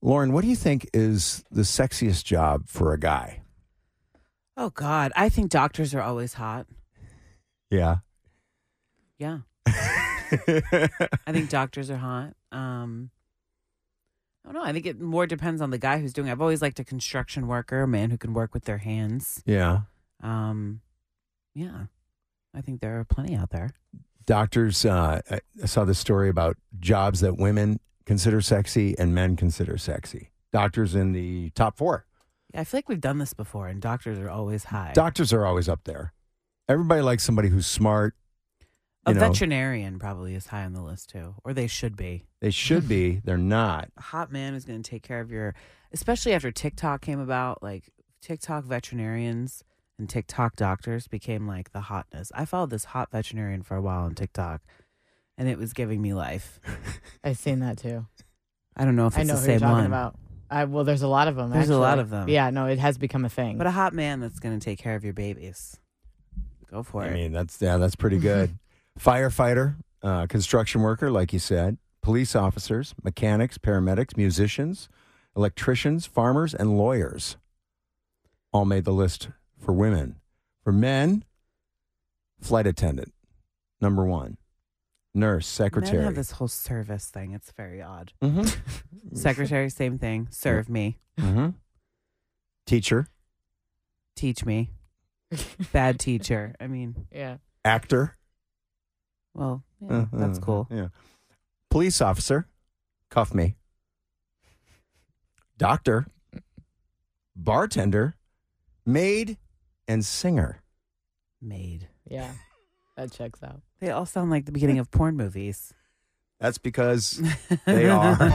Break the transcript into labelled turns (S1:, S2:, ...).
S1: Lauren, what do you think is the sexiest job for a guy?
S2: Oh God, I think doctors are always hot.
S1: Yeah.
S2: Yeah, I think doctors are hot. Um, I don't know. I think it more depends on the guy who's doing. it. I've always liked a construction worker, a man who can work with their hands.
S1: yeah.
S2: Um, yeah, I think there are plenty out there.
S1: Doctors, uh, I- I saw this story about jobs that women consider sexy and men consider sexy. Doctors in the top four.
S2: I feel like we've done this before, and doctors are always high.
S1: Doctors are always up there. Everybody likes somebody who's smart.
S2: a
S1: you know.
S2: veterinarian probably is high on the list too, or they should be.
S1: They should be. They're not.
S2: A hot man is going to take care of your, especially after TikTok came about. Like TikTok veterinarians and TikTok doctors became like the hotness. I followed this hot veterinarian for a while on TikTok, and it was giving me life.
S3: I've seen that too.
S2: I don't know if
S3: I
S2: it's
S3: know
S2: the
S3: who
S2: same
S3: you're talking
S2: one,
S3: about. I, well, there's a lot of them.
S2: There's a lot
S3: actually.
S2: of them.
S3: Yeah, no, it has become a thing.
S2: but a hot man that's going to take care of your babies. Go for
S1: I
S2: it.
S1: mean, that's yeah, that's pretty good. Firefighter, uh, construction worker, like you said, police officers, mechanics, paramedics, musicians, electricians, farmers, and lawyers. All made the list for women. For men, flight attendant, number one, nurse,
S2: Men
S1: secretary.
S2: have this whole service thing. It's very odd.
S1: hmm
S2: Secretary, same thing. Serve me.
S1: hmm Teacher,
S2: Teach me. Bad teacher. I mean,
S3: yeah.
S1: actor.
S2: well, yeah,
S3: Uh-huh.
S2: that's
S1: Uh, uh,
S2: cool.
S1: Yeah. Police officer, cuff me. Doctor, bartender, maid, and singer.
S2: Made.
S3: Yeah. That checks out.
S2: They all sound like the beginning of porn movies.
S1: That's because they are.